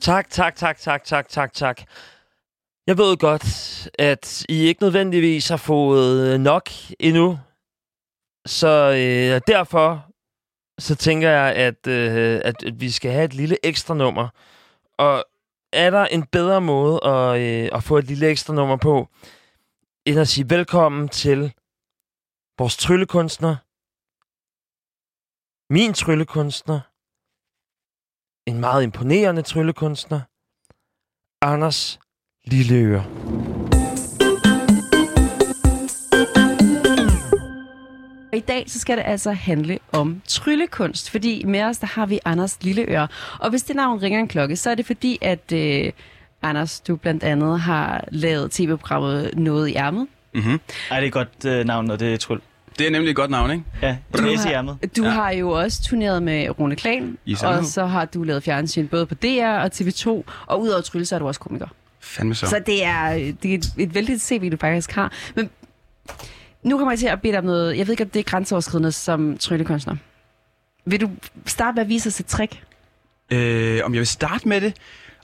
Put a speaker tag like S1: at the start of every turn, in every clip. S1: Tak, tak, tak, tak, tak, tak, tak. Jeg ved godt, at I ikke nødvendigvis har fået øh, nok endnu. Så øh, derfor så tænker jeg, at, øh, at, at vi skal have et lille ekstra nummer. Og er der en bedre måde at, øh, at få et lille ekstra nummer på, end at sige velkommen til vores tryllekunstner, min tryllekunstner, en meget imponerende tryllekunstner, Anders Lilleøre.
S2: Og i dag så skal det altså handle om tryllekunst, fordi med os der har vi Anders Lilleøre. Og hvis det navn ringer en klokke, så er det fordi, at øh, Anders, du blandt andet har lavet tv-programmet Noget i ærmet.
S3: Mm-hmm.
S4: Ej, det er et godt øh, navn, når det er tryl.
S3: Det er nemlig et godt navn, ikke?
S4: Ja,
S2: Du
S4: næse i
S2: har,
S4: ærmet.
S2: du
S3: Ja.
S2: har jo også turneret med Rune Klan,
S3: I
S2: og
S3: Sandhed.
S2: så har du lavet fjernsyn både på DR og TV2, og udover trylle, så er du også komiker.
S3: Fandme så.
S2: Så det er, øh, det er et, et vældigt CV, du faktisk har. Men nu kommer jeg til at bede dig om noget. Jeg ved ikke, om det er grænseoverskridende som tryllekunstner. Vil du starte med at vise os et trick?
S3: Øh, om jeg vil starte med det?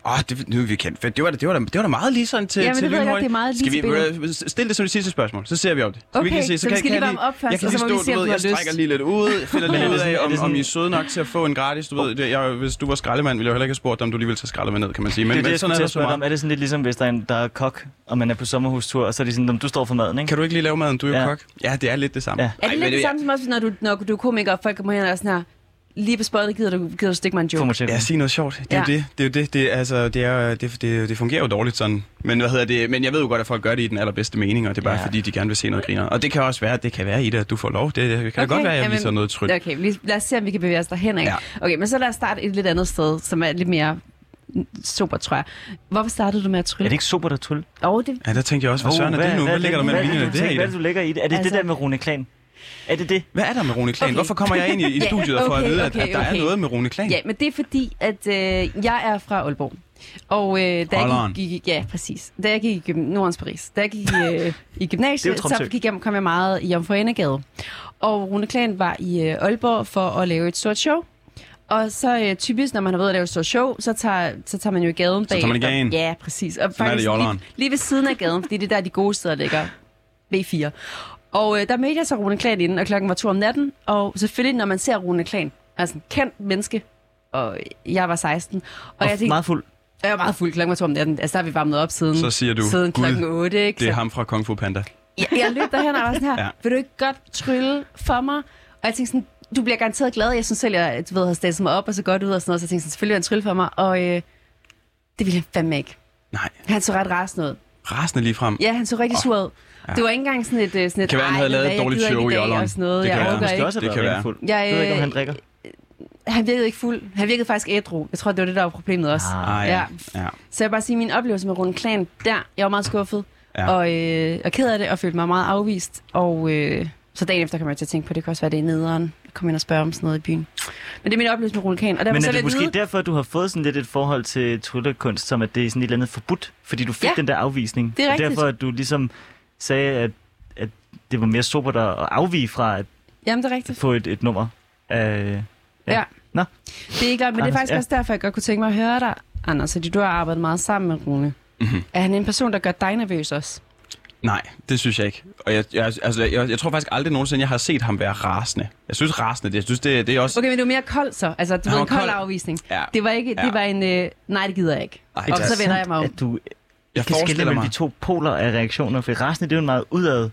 S3: Åh, oh, det, nu er vi kendt. Det var, da, det, var da, det var da meget lige sådan til,
S2: Ja, men
S3: til
S2: det ved jeg godt, det
S3: lynhurtigt.
S2: er meget lige
S3: Skal vi,
S2: til
S3: øh, stille det som det sidste spørgsmål, så ser vi om det. Skal vi
S2: Okay,
S3: ikke se,
S2: så vi skal lige varme op først,
S3: jeg kan
S2: og
S3: lige
S2: så
S3: stå,
S2: må vi se, om
S3: du ved,
S2: du har
S3: jeg strækker
S2: lyst.
S3: lige lidt ud, jeg finder
S4: Men er
S3: lidt ud
S4: det sådan- er
S3: af, om,
S4: det
S3: om
S4: sådan-
S3: I er søde nok til at få en gratis. Du ved, det- jeg, hvis du var skraldemand, ville jeg jo heller ikke have spurgt dig, om du lige ville tage skraldemand ned, kan man sige. Men,
S4: Det er det,
S3: men
S4: jeg skulle
S3: sådan er
S4: til
S3: der
S4: at
S3: så
S4: spørge dig om.
S3: meget.
S4: Er det sådan lidt ligesom, hvis der er en, der er kok, og man er på sommerhustur, og så er de sådan, "Nå, du står for maden, ikke?
S3: Kan du ikke lige lave maden? Du er jo
S4: Ja.
S3: kok. Ja, det er lidt det samme.
S4: Ja.
S2: Er det
S3: Ej, men
S2: lidt det samme som også, når du, når du er komiker, og folk kommer hen og er sådan her, lige på spottet gider du, gider du stikke mig en
S4: Få
S2: joke?
S4: mig til.
S3: Ja, sige noget sjovt. Det er
S2: Ja.
S3: jo det. Det er jo det. Det, er- altså, det, er, det, det, det fungerer jo dårligt sådan. Men, hvad hedder det? Men jeg ved jo godt, at folk gør det i den allerbedste mening, og det er bare
S4: Ja.
S3: ja. fordi, de gerne vil se noget griner. Og det kan også være, at det kan være i det, at du får lov. Det, det kan okay, da godt være, at jeg
S2: jamen,
S3: viser noget trygt.
S2: Okay, lige- lad os se, om vi kan bevæge os derhen. Ikke? Ja. Okay, men så lad os starte et lidt andet sted, som er lidt mere super, tror jeg. Hvorfor startede du med at
S4: Er
S2: trylle?
S4: det ikke super, der tryl?
S2: Åh, det,
S3: Ja, der tænkte jeg også, hvad
S4: Åh,
S3: søren er det nu? Hvad
S4: er
S3: ligger der mellem
S4: hvad-
S3: linjerne
S4: hvad-
S3: der i
S4: Hvad er det,
S3: det?
S4: du ligger i det? Er det det
S2: Altså-
S4: der med Rune Klan? Er det det?
S3: Hvad er der med Rune Klan?
S2: Okay.
S3: Hvorfor kommer jeg ind i, i
S2: Ja,
S3: studiet og får at
S2: okay,
S3: vide, at,
S2: okay,
S3: at der er
S2: okay.
S3: noget med Rune Klan?
S2: Ja, men det er fordi, at øh, jeg er fra Aalborg. Og øh, da jeg
S3: Aalborg.
S2: gik, gik, ja, præcis. Da jeg gik i gym- Nordens Paris, da jeg gik i, øh, i gymnasiet,
S4: Det er jo
S2: så
S4: Tromsø.
S2: gik jeg, kom jeg meget i Jomfruendegade. Og Rune Klan var i øh, Aalborg for at lave et stort show. Og så øh, typisk, når man har været at lave et stort show, så tager, så tager man jo i gaden bag.
S3: tager man i gaden.
S2: Ja, præcis. Og
S3: er det i
S2: faktisk lige,
S3: Aalborg.
S2: lige ved siden af gaden, fordi det er der, de gode steder ligger. B4. Og øh, der mødte jeg så Rune Klan inden, og klokken var to om natten. Og selvfølgelig, når man ser Rune Klan, altså en kendt menneske, og jeg var 16. Og,
S4: Og
S2: jeg, tænkte,
S4: meget fuld.
S2: jeg var meget fuld klokken var to om natten. Altså, der har vi varmet op siden,
S3: Så siger du,
S2: siden
S3: Gud,
S2: klokken 8. Ikke?
S3: Det er
S2: Så
S3: ham fra Kung Fu Panda.
S2: jeg, jeg løb derhen og var sådan her, ja.
S3: Ja.
S2: vil du ikke godt trylle for mig? Og jeg tænkte sådan, du bliver garanteret glad. Jeg synes selv, jeg du ved, har stillet mig op og så godt ud og sådan noget. Så jeg tænkte sådan, selvfølgelig vil han trylle for mig. Og øh, det ville han fandme ikke.
S3: Nej,
S2: Han så ret rasende ud.
S3: rasende lige frem.
S2: Ja, han så rigtig sur ud. Ja. Det var ikke engang sådan et... øh, Sådan et
S3: Kan være, han
S2: "Ej, ved
S3: havde lavet
S2: du
S3: et
S2: hvad, jeg
S3: dårligt
S2: gider
S3: show
S2: ikke
S3: i
S2: dag,"
S3: Aalborg.
S2: Og sådan noget.
S3: Det
S2: jeg
S3: kan være.
S2: orker
S3: Måske
S4: Det
S2: ikke.
S4: kan også
S3: Det
S4: have
S3: kan
S4: været
S3: være.
S4: rigtig fuld.
S2: Jeg,
S4: Jeg ved ikke, om
S2: øh,
S4: han drikker.
S2: Han virkede ikke fuld. Han virkede faktisk ædru. Jeg tror, det var det, der var problemet også.
S4: Ah.
S3: Ah, ja. ja.
S2: Så jeg vil bare sige, at min oplevelse med Rune Klan, der, jeg var meget skuffet ja.
S3: Ja.
S2: og, øh, og ked af det, og følte mig meget afvist. Og øh, så dagen efter kom jeg til at tænke på, at det kan også være, det er nederen. Jeg kom ind og spørge om sådan noget i byen. Men det er min oplevelse med Rune Klan. Og der var
S4: Men
S2: så
S4: er det
S2: lidt
S4: måske
S2: vide,
S4: derfor, at du har fået sådan lidt et forhold til tryllekunst, som at det er sådan et eller andet forbudt, fordi du fik
S2: Ja,
S4: den der afvisning.
S2: det er
S4: Og
S2: rigtigt.
S4: derfor, at du ligesom sagde, at, at det var mere sobert at at afvige fra at
S2: Jamen, det er rigtigt.
S4: få et, et nummer. Øh,
S2: Ja.
S4: Ja. Nå.
S2: Det er ikke klart, men det er
S4: Anders,
S2: faktisk ja.
S4: ja.
S2: også derfor, jeg godt kunne tænke mig at høre dig, Anders, fordi du har arbejdet meget sammen med Rune. Mm-hmm. Er han en person, der gør dig nervøs også?
S3: Mhm. Nej, det synes jeg ikke. Og jeg, jeg, altså, jeg, jeg tror faktisk aldrig nogensinde, jeg har set ham være rasende. Jeg synes rasende, det, jeg synes, det, det er også...
S2: Okay, men det var mere kold så. Altså, du
S3: Han
S2: ved,
S3: var
S2: en kold, kold
S3: kold.
S2: afvisning.
S3: Ja.
S2: Det var ikke,
S3: Ja.
S2: det var en, øh, nej, det gider jeg ikke.
S3: Ej,
S2: Og
S3: det er
S2: så vender jeg mig om.
S4: At du
S3: Jeg
S4: kan skille
S3: forestiller
S4: mellem
S3: mig...
S4: de to poler af reaktioner, for resten det er jo en meget udad.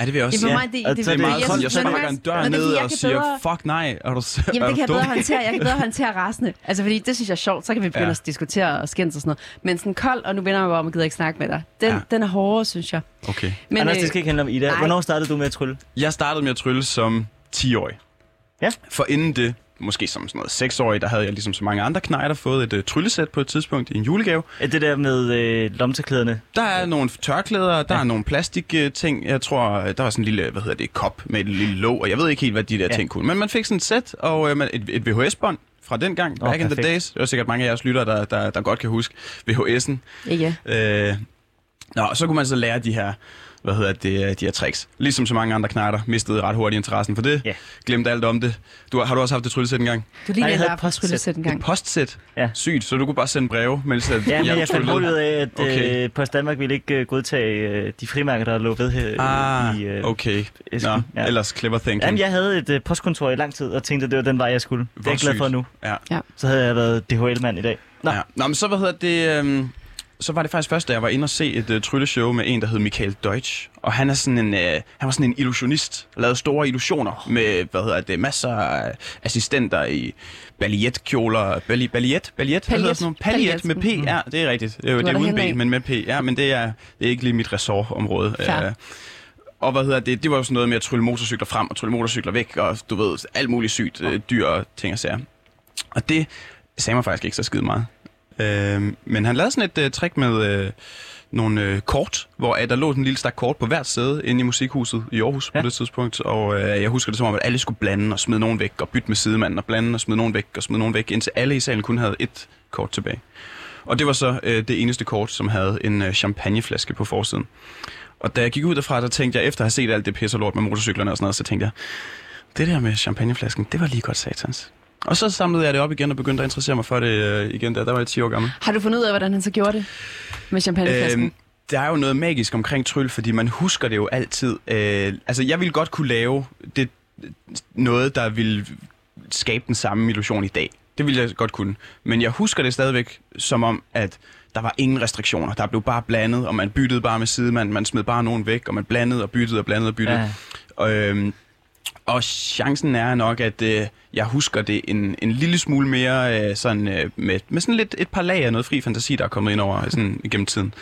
S3: Ja, det vil jeg også
S2: Jamen, for
S3: sige.
S2: mig, det,
S4: og
S2: det,
S4: så er
S3: Det er meget
S4: jeg
S3: sådan, jeg
S4: synes,
S2: men-
S4: nogle
S3: sparker
S4: gange-
S3: en
S2: men
S3: dør
S2: det er, fordi
S3: ned
S2: jeg
S3: og
S2: kan
S3: siger,
S2: bedre-
S3: fuck nej, er du, s- er
S2: Jamen, det
S3: du
S2: kan jeg
S3: dum?
S2: bedre håndtere. Jeg kan bedre håndtere resten. Altså, fordi det synes jeg er sjovt. Så kan vi begynde ja.
S3: Ja.
S2: at diskutere og skændes og sådan noget. Men sådan kold, og nu vender jeg mig bare om og gider ikke snakke med dig. Den, ja.
S3: Ja.
S2: den er hårdere, synes jeg.
S3: Okay.
S2: Men, øh,
S4: Anders, det skal ikke handle om Ida.
S2: nej.
S4: Hvornår startede du med at trylle?
S3: Jeg startede med at trylle som 10-årig.
S4: Ja.
S3: For inden det, måske som sådan noget 6-årig, der havde jeg ligesom så mange andre knejder fået et uh, tryllesæt på et tidspunkt i en julegave.
S4: Er Det der med øh, lomteklæderne.
S3: Der er nogle tørklæder, der ja. er nogle plastikting. Jeg tror, øh, der var sådan en lille, hvad hedder det, kop med et lille låg, og jeg ved ikke helt, hvad de der
S4: Ja.
S3: ja. ting kunne. Men man fik sådan et sæt og øh, man- et, et VHS-bånd fra den gang,
S4: Åh,
S3: back in the
S4: perfekt.
S3: days. Der er sikkert mange af jeres lyttere, der, der, der godt kan huske VHS'en.
S2: Ja, ja.
S3: Øh, nå, så kunne man så lære de her hvad hedder det, de her tricks. Ligesom så mange andre knarter, mistede ret hurtigt interessen for det.
S4: Ja.
S3: Glemte alt om det. Du, har- har du også haft det tryllesæt engang?
S2: Du
S4: Nej,
S2: lige
S4: jeg
S2: der
S4: havde
S2: på
S4: postsæt.
S2: tryllesæt en gang.
S3: Et postsæt?
S4: Ja.
S3: Sygt, så du kunne bare sende breve, mens at
S4: Ja, men jeg fandt
S3: tryllede.
S4: hurtigt ud af, at
S3: Okay.
S4: okay. øh, Post Danmark ville ikke øh, godtage øh, de frimærker, der lå ved her øh, i
S3: Ah,
S4: øh,
S3: okay.
S4: æsken.
S3: Nå,
S4: Ja.
S3: ellers clever thinking.
S4: Jamen, jeg havde et øh, postkontor i lang tid, og tænkte, at det var den vej, jeg skulle. Det er
S3: Hvor
S4: jeg glad for
S3: sygt.
S4: nu.
S3: Ja.
S4: Så havde jeg været DHL-mand i dag.
S3: Nå. Ja. Nå, men så, hvad hedder det, øhm, så var det faktisk først, da jeg var inde og se et øh, trylleshow med en, der hed Michael Deutsch. Og han, er sådan en, øh, han var sådan en illusionist, lavede store illusioner med, hvad hedder det, masser af assistenter i baljetkjoler. Balli, baljet? Baljet? Hvad
S2: Paljet.
S3: hedder sådan nogle? Paljet
S2: Paljet.
S3: med P,
S2: Mhm.
S3: ja, det er rigtigt. Øh, det
S2: der
S3: er uden
S2: henad.
S3: B, men med P. Ja, men det er, det er ikke lige mit ressortområde.
S2: Fair.
S3: Øh, og hvad hedder det, det var jo sådan noget med at trylle motorcykler frem og trylle motorcykler væk, og du ved, alt muligt sygt, øh, dyr og ting og sager. Og det sagde mig faktisk ikke så skide meget. Øh, men han lavede sådan et øh, trick med øh, nogle øh, kort, hvor øh, der lå sådan en lille stak kort på hvert sæde inde i musikhuset i Aarhus ja.
S4: Ja.
S3: på det tidspunkt. Og øh, jeg husker det som om, at alle skulle blande og smide nogen væk, og bytte med sidemanden og blande og smide nogen væk, og smide nogen væk, indtil alle i salen kun havde et kort tilbage. Og det var så øh, det eneste kort, som havde en øh, champagneflaske på forsiden. Og da jeg gik ud derfra, der tænkte jeg, efter at have set alt det pisse og lort med motorcyklerne og sådan noget, så tænkte jeg, det der med champagneflasken, det var lige godt satans. Og så samlede jeg det op igen og begyndte at interessere mig for det øh, igen, da der var jeg 10 år gammel.
S2: Har du fundet ud af, hvordan han så gjorde det med champagneflasken?
S3: Øhm, der er jo noget magisk omkring tryl, fordi man husker det jo altid. Øh, altså, jeg ville godt kunne lave det, noget, der ville skabe den samme illusion i dag. Det ville jeg godt kunne. Men jeg husker det stadigvæk som om, at der var ingen restriktioner. Der blev bare blandet, og man byttede bare med sidemanden. Man smed bare nogen væk, og man blandede og byttede og blandede og byttede.
S4: Ja.
S3: Og, øhm, og chancen er nok, at øh, jeg husker det en, en lille smule mere øh, sådan, øh, med, med sådan lidt et par lag af noget fri fantasi, der er kommet ind over øh, sådan, gennem tiden.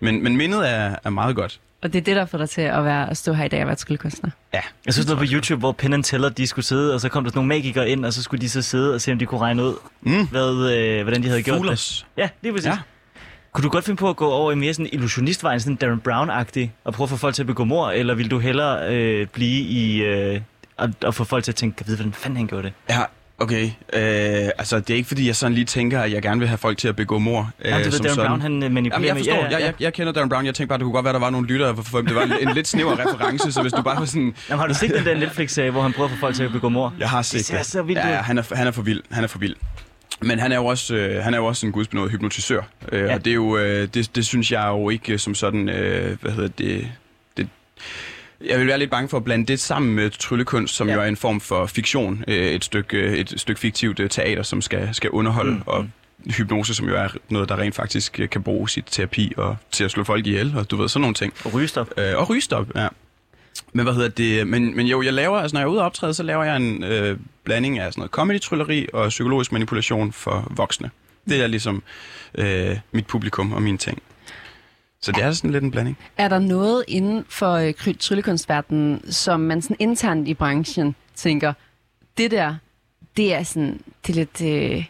S3: Men, men mindet er, er meget godt.
S4: Øhm.
S2: Og det er det, der får dig til at, være, at stå her i dag og være tryllekunstner.
S3: Ja,
S4: Jeg synes, det var på YouTube, hvor Penn Teller, de skulle sidde, og så kom der sådan nogle magikere ind, og så skulle de så sidde og se, om de kunne regne ud,
S3: Mm.
S4: hvad, øh, hvordan de havde gjort det.
S3: Fuglers.
S4: Ja, lige præcis.
S3: Ja.
S4: Ja. Kunne du godt finde på at gå over i mere sådan illusionistvejen, sådan Darren Brown-agtig, og prøve at få folk til at begå mor, eller vil du hellere øh, blive i... Øh, og, og, få folk til at tænke, jeg ved, hvordan fanden han gjorde det.
S3: Ja, okay. Øh, altså, det er ikke, fordi jeg sådan lige tænker, at jeg gerne vil have folk til at begå mor. Øh,
S4: Jamen, du ved,
S3: som
S4: Darren
S3: sådan.
S4: Brown, han øh, manipulerer
S3: Jamen, jeg
S4: med-
S3: forstår. Ja, ja, ja. Jeg, jeg kender Darren Brown. Jeg tænkte bare, det kunne godt være, der var nogle lyttere, for det var en, en lidt snæver reference. Så hvis du bare var sådan,
S4: Jamen, har du set den der Netflix-serie, hvor han prøver at få folk til at begå mor?
S3: Jeg har set
S4: Det ser så vildt ud.
S3: ja, han er, han er for vild. Han er for vild. Men han er jo også, øh, han er jo også en gudsbenået hypnotisør. Øh, ja.
S4: Ja.
S3: Og det, er jo, øh, det, det synes jeg jo ikke øh, som sådan, øh, hvad hedder det, det... Jeg vil være lidt bange for at blande det sammen med tryllekunst, som ja.
S4: Ja.
S3: jo er en form for fiktion. Øh, et, stykke, øh, et stykke fiktivt øh, teater, som skal, skal underholde. Mm. Og hypnose, som jo er noget, der rent faktisk øh, kan bruges i terapi og til at slå folk ihjel, og du ved, sådan nogle ting.
S4: Og rygestop.
S3: Øh, og rygestop, ja. Men hvad hedder det? Men, men jo, jeg laver, altså når jeg er ude og optræde, så laver jeg en øh, blanding af sådan noget comedy-trylleri og psykologisk manipulation for voksne. Det er ligesom øh, mit publikum og mine ting. Så det er sådan lidt en blanding.
S2: Er der noget inden for øh, kry- tryllekunstverdenen, som man sådan internt i branchen tænker, det der, det er sådan, det er lidt, øh,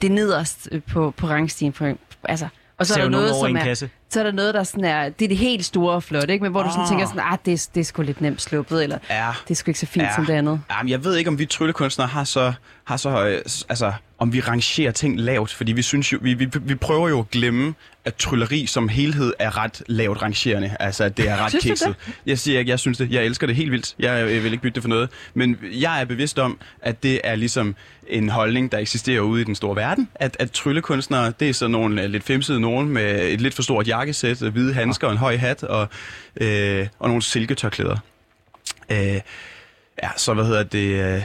S2: det er nederst øh, på, på rangstigen. På, altså, og så er,
S4: Ser
S2: der
S4: jo nogen
S2: noget,
S4: over i
S2: som
S4: en
S2: er,
S4: kasse.
S2: så er der noget, der sådan er, det er det helt store og flotte, ikke? men hvor du sådan
S3: Ah.
S2: tænker sådan, ah, det, er- det er sgu lidt nemt sluppet, eller
S3: Ja.
S2: det er sgu ikke så fint
S3: Ja.
S2: ja. som det andet.
S3: Jamen, jeg ved ikke, om vi tryllekunstnere har så, har så øh, s- altså, om vi rangerer ting lavt, fordi vi synes jo, vi, vi, vi prøver jo at glemme, at trylleri som helhed er ret lavt rangerende. Altså, at det er ret
S2: Synes du
S3: kikset. Jeg siger ikke, jeg synes det. Jeg elsker det helt vildt. Jeg øh, vil ikke bytte det for noget. Men jeg er bevidst om, at det er ligesom en holdning, der eksisterer ude i den store verden. At, at tryllekunstnere, det er sådan nogle øh, lidt femsede nogen med et lidt for stort jakkesæt, øh, hvide handsker og en høj hat og, øh, og nogle silketørklæder. Øh, Ja, så hvad hedder det... øh,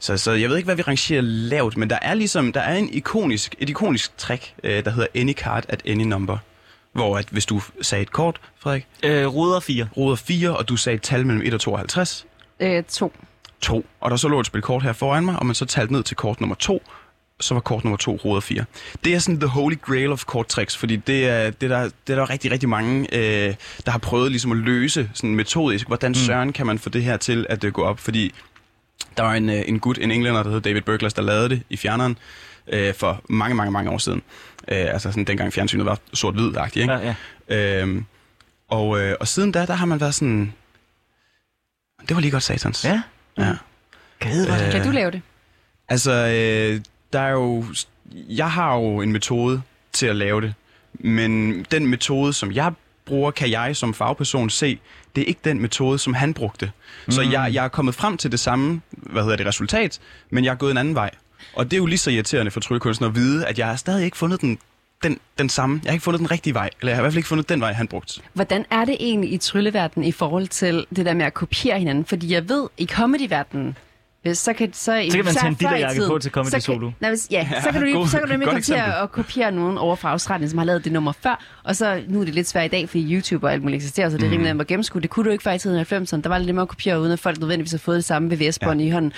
S3: Så, så jeg ved ikke, hvad vi rangerer lavt, men der er ligesom, der er en ikonisk, et ikonisk trick, øh, der hedder any card at any number. Hvor at hvis du sagde et kort, Frederik,
S4: Øh, ruder 4.
S3: ruder 4, og du sagde et tal mellem 1 og 52,
S2: Øh, to.
S3: 2, og der så lå et spil kort her foran mig, og man så talte ned til kort nummer 2, så var kort nummer 2 ruder 4. Det er sådan the holy grail of kort tricks, fordi det er, det er, der, det er der rigtig, rigtig mange, øh, der har prøvet ligesom at løse sådan metodisk, hvordan mm. søren kan man få det her til at øh, gå op, fordi der var en, øh, en gut, en englænder, der hed David Burglas, der lavede det i fjerneren øh, for mange, mange, mange år siden. Øh, altså sådan dengang fjernsynet var sort-hvid-agtigt, ikke?
S4: Ja, ja.
S3: Øhm, og, øh, og siden da, der har man været sådan... Det var lige godt satans.
S4: Ja.
S3: ja.
S4: Kan jeg vide, hvor
S3: Øh,
S2: Kan du lave det?
S3: Altså, øh, der er jo... Jeg har jo en metode til at lave det, men den metode, som jeg bruger, kan jeg som fagperson se, det er ikke den metode, som han brugte. Mm. Så jeg, jeg er kommet frem til det samme, hvad hedder det, resultat, men jeg er gået en anden vej. Og det er jo lige så irriterende for tryllekunstnere at vide, at jeg har stadig ikke fundet den, den, den samme. Jeg har ikke fundet den rigtige vej, eller jeg har i hvert fald ikke fundet den vej, han brugte.
S2: Hvordan er det egentlig i trylleverdenen i forhold til det der med at kopiere hinanden? Fordi jeg ved, i comedyverdenen, hvis så kan, så,
S4: Så kan man tage en
S2: før i
S4: ditterjakke
S2: tiden,
S4: på til Comedy
S2: så kan-
S4: Solo.
S2: Nej, hvis, ja, så kan du, lige,
S3: god-
S2: så kan du nemlig
S3: godt
S2: komme til
S3: eksempel.
S2: at, at kopiere nogen over fra Australien, som har lavet det nummer før. Og så nu er det lidt svært i dag, fordi YouTube og alt muligt eksisterer, så det er rimelig
S4: Mm.
S2: nemt at gennemskue. Det kunne du ikke før i tiden i 90'erne. Der var lidt nemmere at kopiere, uden at folk nødvendigvis har fået det samme VVS-bånd ja. i hånden.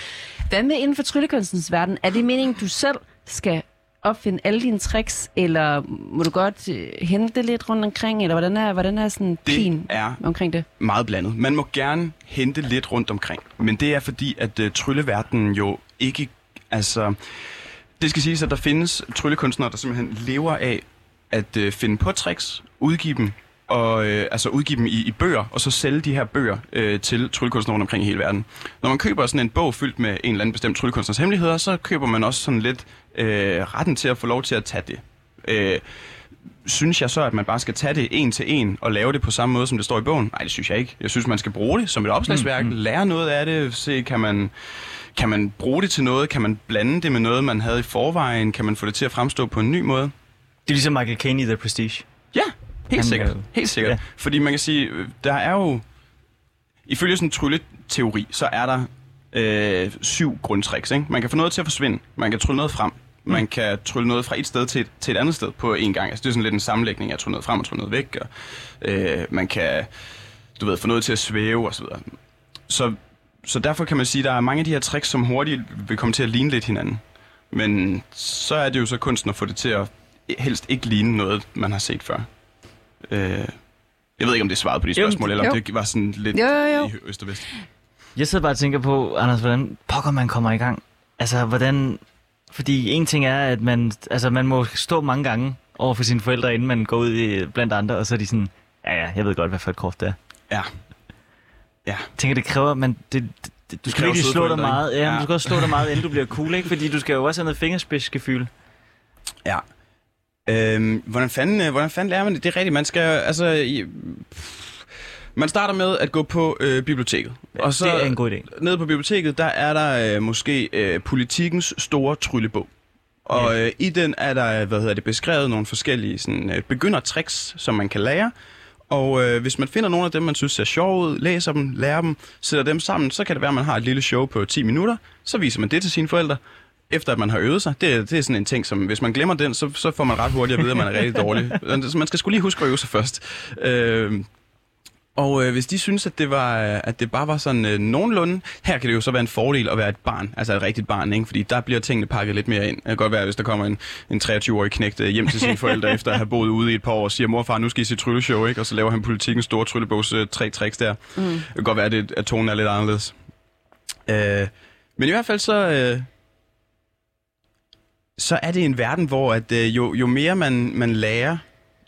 S2: Hvad med inden for tryllekunstens verden? Er det meningen, du selv skal opfinde alle dine tricks, eller må du godt øh, hente det lidt rundt omkring, eller hvordan er, hvordan er sådan
S3: Det
S2: pin
S3: er
S2: omkring det?
S3: meget blandet. Man må gerne hente lidt rundt omkring. Men det er fordi, at øh, trylleverdenen jo ikke... Altså, det skal siges, at der findes tryllekunstnere, der simpelthen lever af at øh, finde på tricks, udgive dem, og øh, altså udgive dem i, i bøger, og så sælge de her bøger øh, til tryllekunstnere rundt omkring i hele verden. Når man køber sådan en bog fyldt med en eller anden bestemt tryllekunstners hemmeligheder, så køber man også sådan lidt øh, retten til at få lov til at tage det. Øh, synes jeg så, at man bare skal tage det en til en og lave det på samme måde, som det står i bogen? Nej, det synes jeg ikke. Jeg synes, man skal bruge det som et opslagsværk, mm, lære noget af det, se, kan man, kan man bruge det til noget, kan man blande det med noget, man havde i forvejen, kan man få det til at fremstå på en ny måde?
S4: Det er ligesom Michael Caine i The Prestige.
S3: Ja, helt
S4: Han,
S3: sikkert.
S4: øh,
S3: Helt sikkert.
S4: ja.
S3: Ja. Fordi man kan sige, øh, der er jo... Ifølge sådan en trylleteori, så er der øh, syv grundtricks. Ikke? Man kan få noget til at forsvinde. Man kan trylle noget frem.
S4: Mm.
S3: Man kan trylle noget fra et sted til et, til et andet sted på en gang. Altså, det er sådan lidt en sammenlægning af at trylle noget frem og trylle noget væk. Og, øh, man kan du ved, få noget til at svæve osv. Så, så derfor kan man sige, at der er mange af de her tricks, som hurtigt vil komme til at ligne lidt hinanden. Men så er det jo så kunsten at få det til at helst ikke ligne noget, man har set før. Øh, jeg ved ikke, om det svarede på de
S4: Jo,
S3: spørgsmål, eller om
S2: jo.
S3: det var sådan lidt
S2: Jo, jo, jo.
S3: i øst og vest.
S4: Jeg sidder bare og tænker på, Anders, hvordan pokker man kommer i gang? Altså, hvordan... Fordi en ting er, at man, altså, man må stå mange gange over for sine forældre, inden man går ud i, blandt andre, og så er de sådan, ja, ja, jeg ved godt, hvad for et kort det er.
S3: Ja. Ja.
S4: Jeg tænker, det kræver, men det, det, det, du skal
S3: kræver
S4: virkelig
S3: søde
S4: slå dig
S3: forældre, ikke?
S4: meget. Ja, ja. Men
S3: Ja.
S4: du skal også slå dig meget, inden du bliver cool, ikke? Fordi du skal jo også have noget fingerspidsgefyl.
S3: Ja. Øhm, hvordan, fanden, øh, hvordan fanden lærer man det? Det er rigtigt, man skal altså... I, pff, man starter med at gå på øh, biblioteket. Og så,
S4: det er en god idé.
S3: nede på biblioteket, der er der øh, måske øh, politikens store tryllebog. Og øh, i den er der, hvad hedder det, beskrevet nogle forskellige sådan, øh, begyndertricks, som man kan lære. Og øh, hvis man finder nogle af dem, man synes ser sjove ud, læser dem, lærer dem, sætter dem sammen, så kan det være, at man har et lille show på 10 minutter. Så viser man det til sine forældre, efter at man har øvet sig. Det, er- det er sådan en ting, som hvis man glemmer den, så, så får man ret hurtigt at vide, at man er rigtig dårlig. Så man skal skulle lige huske at øve sig først. Øh, og øh, hvis de synes, at det, var, øh, at det bare var sådan øh, nogenlunde, her kan det jo så være en fordel at være et barn, altså et rigtigt barn, ikke? fordi der bliver tingene pakket lidt mere ind. Det kan godt være, hvis der kommer en, en 23-årig knægt øh, hjem til sine forældre, efter at have boet ude i et par år, og siger, morfar, nu skal I se trylleshow, ikke? og så laver han politikken store tryllebogs øh, tre tricks der. Mm. Det kan godt være, at, det, at tonen er lidt anderledes. Øh, men i hvert fald så... Øh, så er det en verden, hvor at, øh, jo, jo mere man, man lærer,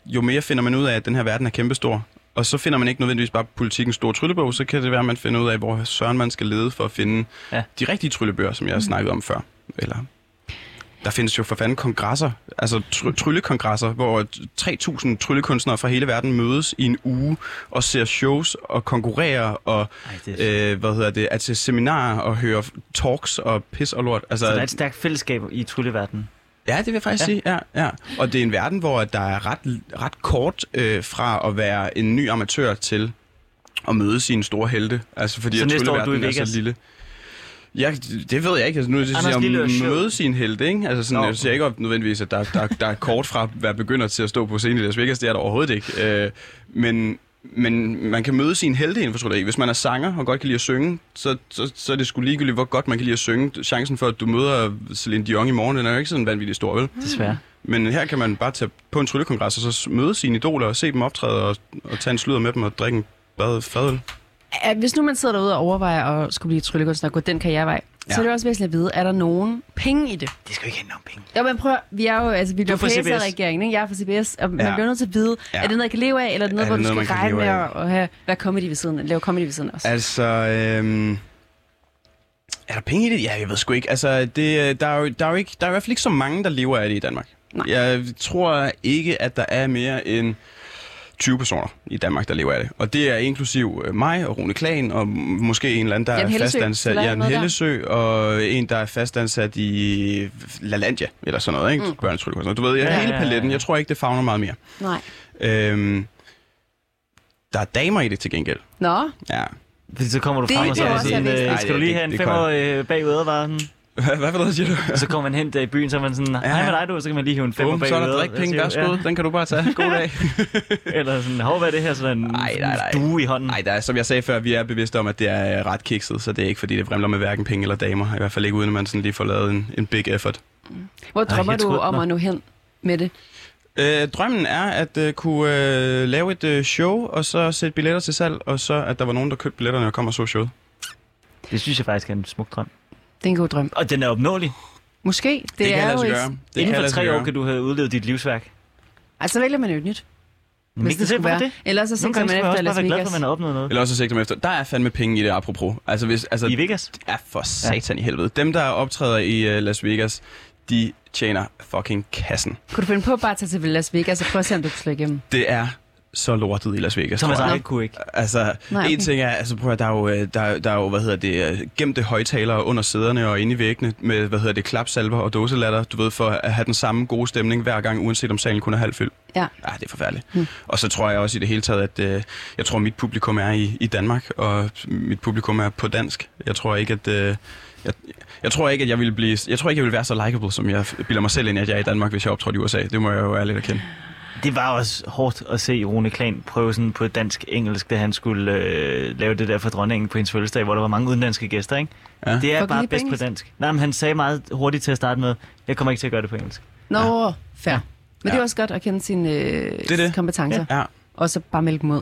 S3: jo mere finder man ud af, at den her verden er kæmpestor. Og så finder man ikke nødvendigvis bare politikens store tryllebog, så kan det være, at man finder ud af, hvor søren man skal lede for at finde
S4: Ja.
S3: ja. de rigtige tryllebøger, som jeg har snakket om før. Eller der findes jo for fanden kongresser, altså try- tryllekongresser, hvor 3.000 tryllekunstnere fra hele verden mødes i en uge og ser shows og konkurrerer og
S4: Ej, det er... Øh,
S3: øh, hvad hedder det, er til seminarer og hører talks og pis og lort. Altså,
S4: så der er et stærkt fællesskab i trylleverdenen.
S3: Ja, det vil jeg faktisk
S4: Ja.
S3: ja. sige. Ja, ja. Og det er en verden, hvor der er ret, ret kort øh, fra at være en ny amatør til at møde sine store helte. Altså fordi
S4: Så
S3: at
S4: næste år er du i
S3: trylleverdenen er
S4: Vegas?
S3: så lille. Ja, det ved jeg ikke. Altså, nu er det,
S4: Anders
S3: siger,
S4: Lille og
S3: at
S4: Show.
S3: møde sin helte, ikke? Altså sådan,
S4: Nå.
S3: jeg siger ikke om nødvendigvis, at der, der, der er kort fra at være begynder til at stå på scenen i Las Vegas. Det er der overhovedet ikke. Øh, men, men man kan møde sin helte inden for trylleri. Hvis man er sanger og godt kan lide at synge, så, så, så er det sgu ligegyldigt, hvor godt man kan lide at synge. Chancen for, at du møder Celine Dion i morgen, den er jo ikke sådan vanvittigt stor, vel?
S2: Mm.
S4: Desværre.
S3: Men her kan man bare tage på en tryllekongres og så s- møde sine idoler og se dem optræde og, og tage en sludder med dem og drikke en bad fadøl.
S2: at hvis nu man sidder derude og overvejer at skulle blive tryllekunstner og gå den karrierevej, ja. så er det også væsentligt at vide, er der nogen penge i det?
S4: Det skal jo ikke handle om penge.
S2: Jo, men prøv, at- vi er jo, altså, vi bliver
S4: fra
S2: pæset af
S4: CBS.
S2: regeringen, ikke? Jeg er fra CBS, og man
S3: Ja.
S2: bliver nødt til at vide,
S3: Ja.
S2: er det noget, jeg kan leve af, eller er det noget,
S3: Er
S2: hvor
S3: det
S2: du
S3: noget,
S2: skal
S3: man
S2: regne
S3: kan
S2: med
S3: leve
S2: at, at have, være comedy ved siden, lave comedy ved siden også?
S3: Altså, øhm, er der penge i det? Ja, jeg ved sgu ikke. Altså, det, øh, der, er jo, der, er jo ikke, der er i hvert fald ikke så mange, der lever af det i Danmark.
S2: Nej.
S3: Jeg tror ikke, at der er mere end 20 personer i Danmark, der lever af det. Og det er inklusiv øh, mig og Rune Klagen, og m- måske en eller anden, der
S2: Jan
S3: er
S2: Hellesøe.
S3: fastansat.
S2: Eller
S3: Jan
S2: noget der.
S3: Hellesø, og en, der er fastansat i LaLandia, eller sådan noget, ikke? Mm. Børnetryllekunstner. Du ved, jeg,
S4: Ja,
S3: ja,
S4: ja,
S3: hele
S4: ja, ja.
S3: paletten, jeg tror ikke, det fagner meget mere.
S2: Nej.
S3: Øhm, der er damer i det til gengæld.
S2: Nå,
S3: Ja.
S4: Fordi så kommer du
S2: Det
S4: frem, og så
S2: er
S4: er det
S2: også
S4: sådan,
S2: avisen.
S4: øh,
S3: Nej,
S4: skal du lige
S3: det-
S4: have en
S3: det
S4: fem
S3: gør
S4: år øh, bagud og bare sådan.
S3: Hvad, hvad for noget, siger du?
S4: Og så kommer man hen der i byen, så er man sådan, hej med dig du, så kan man lige hive en fem år
S3: Bum,
S4: bagud.
S3: så er der drikpenge, værsgo. Den kan du bare tage. God dag.
S4: Eller sådan, hov, hvad er det her? Sådan en
S3: Ej, nej, nej.
S4: due i hånden.
S3: Nej, der er, som jeg sagde før, vi er bevidste om, at det er øh, ret kikset, så det er ikke, fordi det vrimler med hverken penge eller damer. I hvert fald ikke, uden at man sådan lige får lavet en, en big effort.
S2: hvor drømmer
S4: jeg
S2: du
S4: troede-
S2: om
S4: Nå.
S2: at nå hen med det?
S3: Øh, drømmen er at øh, kunne øh, lave et øh, show, og så sætte billetter til salg, og så at der var nogen, der købte billetterne og kom og så showet.
S4: Det synes jeg faktisk er en smuk drøm.
S2: Det er en god drøm.
S4: Og den er opnåelig.
S2: Måske. Det,
S3: det kan
S2: er jo
S3: lade sig
S2: et-
S3: gøre.
S4: Det
S3: Det
S4: Inden
S3: kan
S4: for
S3: lade sig
S4: tre år
S3: gøre.
S4: kan du have udlevet dit livsværk.
S2: Altså, så vælger man jo et nyt.
S4: Men ikke det
S2: skulle
S4: for det.
S2: Ellers så
S4: Nogle
S2: sigter
S4: gange
S2: man
S4: skal man
S2: efter
S4: også bare
S2: Las
S4: være glad for, at
S2: Vegas.
S4: man har opnået noget.
S3: Eller også sigte dem efter. Der er fandme penge i det, apropos. Altså, hvis, altså,
S4: I Vegas?
S3: Ja, for satan i helvede. Dem, der optræder i uh, Las Vegas, de tjener fucking kassen.
S2: Kunne du finde på bare at tage til Las Vegas og prøve at se, om du kan slå igennem?
S3: Det er så lortet i Las Vegas.
S4: Thomas
S3: tror jeg.
S4: Eje kunne ikke.
S3: Altså,
S2: Nej,
S3: Nej,
S2: okay.
S3: en ting er, altså prøv at, der er jo, øh, der, der er jo, hvad hedder det, øh, gemte højtalere under sæderne og inde i væggene med, hvad hedder det, klapsalver og dåselatter, du ved, for at have den samme gode stemning hver gang, uanset om salen kun er halvfyldt.
S2: Ja.
S3: Ah, det er forfærdeligt. Hmm. Og så tror jeg også i det hele taget, at øh, jeg tror, mit publikum er i, i Danmark, og mit publikum er på dansk. Jeg tror ikke, at... Øh, jeg, jeg, tror ikke, at jeg ville blive, jeg tror ikke, jeg ville være så likable, som jeg bilder mig selv ind, at jeg er i Danmark, hvis jeg optrådte i USA. Det må jeg jo ærligt erkende.
S4: Det var også hårdt at se Rune Klan prøve sådan på dansk-engelsk, da han skulle øh, lave det der for dronningen på hendes fødselsdag, hvor der var mange udenlandske gæster, ikke?
S3: Ja.
S4: Det er
S2: Fuck,
S4: bare
S2: lige på
S4: bedst på
S2: engelsk.
S4: dansk. Nej, men han sagde meget hurtigt til at starte med, jeg kommer ikke til at gøre det på engelsk.
S2: Nå, ja. fair. Ja. Men det er
S3: Ja.
S2: også godt at kende sine øh,
S3: er det.
S2: kompetencer.
S3: Ja.
S2: Og så bare mælke dem ud.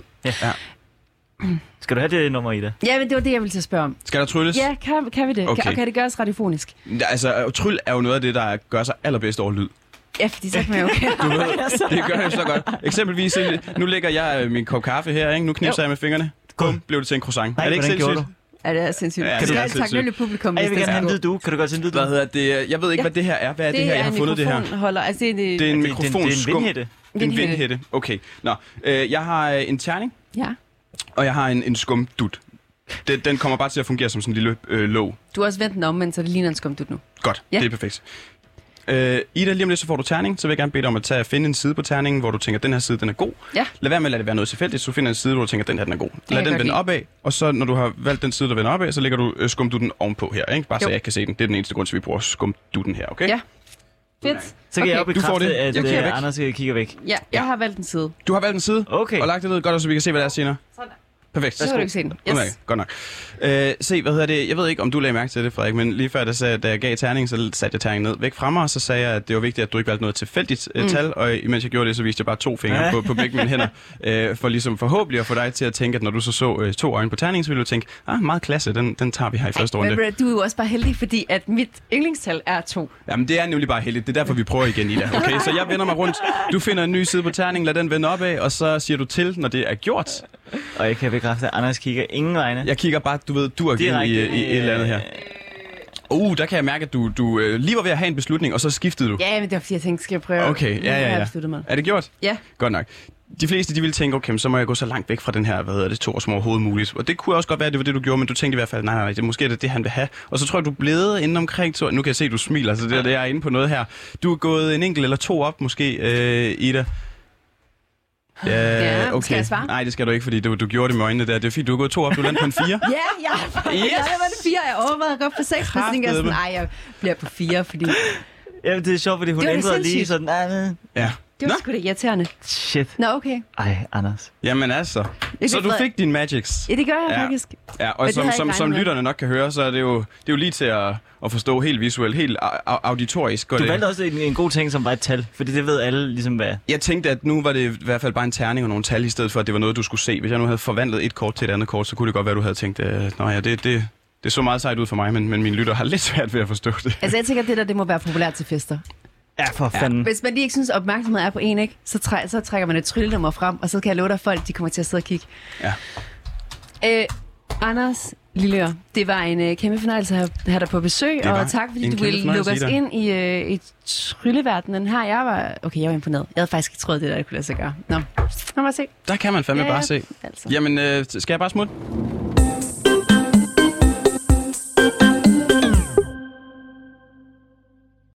S4: Skal du have det nummer i det?
S2: Ja, men det var det, jeg ville til at spørge om.
S3: Skal der trylles?
S2: Ja, kan, kan vi det? Kan,
S3: Okay.
S2: og kan det gøres radiofonisk?
S3: Ja, Altså, tryl er jo noget af det, der gør sig allerbedst over lyd.
S2: Ja, fordi så kan man jo Altså.
S3: Du ved, det gør jeg så godt. Eksempelvis, en- nu lægger jeg øh, min kop kaffe her, ikke? nu knipser jeg med fingrene. Bum, blev det til en croissant.
S4: Nej,
S3: er det ikke
S4: hvordan gjorde
S3: sindssygt?
S2: Ja, det er sindssygt.
S3: Ja,
S2: Ja,
S3: det
S2: det
S3: er
S2: skal
S3: sindssygt.
S2: taknemmelig publikum,
S4: Ej,
S2: hvis
S4: jeg vil
S2: det
S4: gerne have en
S2: skal
S4: hvid due. Kan du godt se en hvid due?
S3: Hvad hedder det? Jeg ved
S2: Ja.
S3: ikke, hvad det her er. Hvad er det, her, jeg har fundet det her?
S2: Det er en mikrofonholder. Altså, det er en,
S3: Det er en
S4: Det er- det er en- det er en
S3: mikrofonskum.
S4: vindhætte.
S3: Det er en vindhætte. Okay. Nå, øh, jeg har øh, en terning,
S2: Ja.
S3: og jeg har en, en skumdut. Den, den kommer bare til at fungere som sådan en lille øh, låg.
S2: Du har også vendt den om, men så det ligner en skumdut nu.
S3: Godt,
S2: Ja.
S3: ja. det er perfekt. Øh, Ida, lige om lidt, så får du terning. Så vil jeg gerne bede dig om at tage, finde en side på terningen, hvor du tænker, den her side, den er god.
S2: Ja.
S3: Lad være med at lade det være noget tilfældigt. Så finder en side, hvor du tænker, den her, den er god.
S2: jeg
S3: Lad den
S2: godt
S3: vende
S2: lide.
S3: opad, og så når du har valgt den side, der vender opad, så lægger du øh, skumdutten ovenpå her. Ikke? Bare jo.
S2: Jo.
S3: så jeg kan se den. Det er den eneste grund til, vi bruger skumdutten her, okay?
S2: Ja. Fedt.
S4: Så kan jeg jo
S2: okay.
S3: du får
S4: bekræfte,
S3: det.
S4: at
S3: Jeg kigger
S4: øh,
S3: væk.
S4: Anders øh, kigger væk.
S2: Ja, jeg har valgt en side.
S3: Du har valgt en side,
S4: Okay.
S3: og lagt det ned godt, så vi kan se, hvad der er senere.
S2: Sådan.
S3: Perfekt.
S2: Så kan du ikke se den. Yes.
S3: Yes. Okay, godt nok. Øh, se, hvad hedder det? Jeg ved ikke, om du lagde mærke til det, Frederik, men lige før, da, sag, da jeg gav terningen, så satte jeg terningen ned væk fra mig, og så sagde jeg, at det var vigtigt, at du ikke valgte noget tilfældigt mm. tal, og imens jeg gjorde det, så viste jeg bare to fingre
S4: Ja.
S3: på, på begge mine hænder, øh, for ligesom forhåbentlig at få dig til at tænke, at når du så så øh, to øjne på terningen, så ville du tænke, ah, meget klasse, den, den tager vi her i første runde.
S2: Men Brad, du er jo også bare heldig, fordi at mit yndlingstal er to.
S3: Jamen, det er nemlig bare heldigt. Det er derfor, vi prøver igen, Ida. Okay, så jeg vender mig rundt. Du finder en ny side på terningen, lad den vende opad, og så siger du til, når det er gjort.
S4: Og jeg kan bekræfte, at Anders kigger ingen vegne. øh,
S3: Jeg kigger bare, du ved, du er i, i, øh, i et eller andet her. Uh, der kan jeg mærke, at du, du øh, lige var ved at have en beslutning, og så skiftede du.
S2: Ja, men det var fordi, jeg tænkte, skal jeg prøve?
S3: Okay,
S2: Nu har
S3: ja, ja,
S2: Jeg
S3: ja.
S2: besluttet mig.
S3: Er det gjort?
S2: Ja,
S3: Godt nok. De fleste, de ville tænke, okay, men så må jeg gå så langt væk fra den her, hvad hedder det, to år som overhovedet muligt. Og det kunne også godt være, at det var det, du gjorde, men du tænkte i hvert fald, nej, nej, nej, det, måske er det det, han vil have. Og så tror jeg, du blev inde omkring to, nu kan jeg se, du smiler, så det, er det, jeg er inde på noget her. Du er gået en enkelt eller to op, måske, øh, Ida.
S2: Ja,
S3: Ja,
S2: skal jeg svare?
S3: Nej, det skal du ikke, fordi du, du gjorde det med øjnene der. Det er fint, du er gået to op, du landte på en fire.
S2: Ja, jeg har yes. jeg var det fire. Jeg overvejede at gå op på seks, men så tænkte jeg sådan, nej, jeg bliver på fire, fordi det
S4: Ja, det er sjovt, fordi hun
S2: Det var da
S4: ændrede lige
S2: sindssygt.
S4: sådan, "Ah, nej,
S3: Ja.
S2: var
S3: Nå.
S2: sgu da irriterende.
S4: shit.
S2: Nå, okay.
S4: Ej, Anders.
S3: Jamen altså.
S2: fik
S3: Så du
S2: Frederik-
S3: fik din magics.
S2: Ja, det gør jeg
S3: Ja.
S2: faktisk.
S3: Ja,
S2: Men
S3: og
S2: det havde
S3: som,
S2: jeg
S3: som,
S2: ikke
S3: som
S2: regnet med.
S3: lytterne nok kan høre, så er det jo, det er jo lige til at, at forstå helt visuelt, helt au- au- auditorisk. Går
S4: Du
S3: det.
S4: valgte også en, en god ting, som var et tal, fordi det ved alle ligesom, hvad er.
S3: Jeg tænkte, at nu var det i hvert fald bare en terning og nogle tal, i stedet for, at det var noget, du skulle se. Hvis jeg nu havde forvandlet et kort til et andet kort, så kunne det godt være, du havde tænkt, at Nå ja, det, det, det så meget sejt ud for mig, men, men mine lytter har lidt svært ved at forstå det.
S2: Altså, jeg tænker, at det der, det må være populært til fester.
S4: Ja, for
S3: Mm.
S4: fanden.
S2: Hvis man lige ikke synes, opmærksomhed er på en, ikke? Så, træ, så trækker man et tryllenummer frem, og så kan jeg love dig folk, de kommer til at sidde og kigge.
S3: Ja.
S2: Øh, Anders, Lilleør, det var en øh, kæmpe fornøjelse at have- have dig på besøg,
S3: Det var
S2: og tak fordi
S3: en
S2: du
S3: kæmpe
S2: ville
S3: fornøjelse
S2: lukke os
S3: at se
S2: ind
S3: dig.
S2: i, øh, i trylleverdenen her. Jeg var... Okay, jeg var imponeret. Jeg havde faktisk ikke troet, det der kunne lade sig gøre. Nå, lad mig se.
S3: Der kan man fandme
S2: Ja, ja.
S3: bare se.
S2: Altså.
S3: Jamen, øh, skal jeg bare smutte?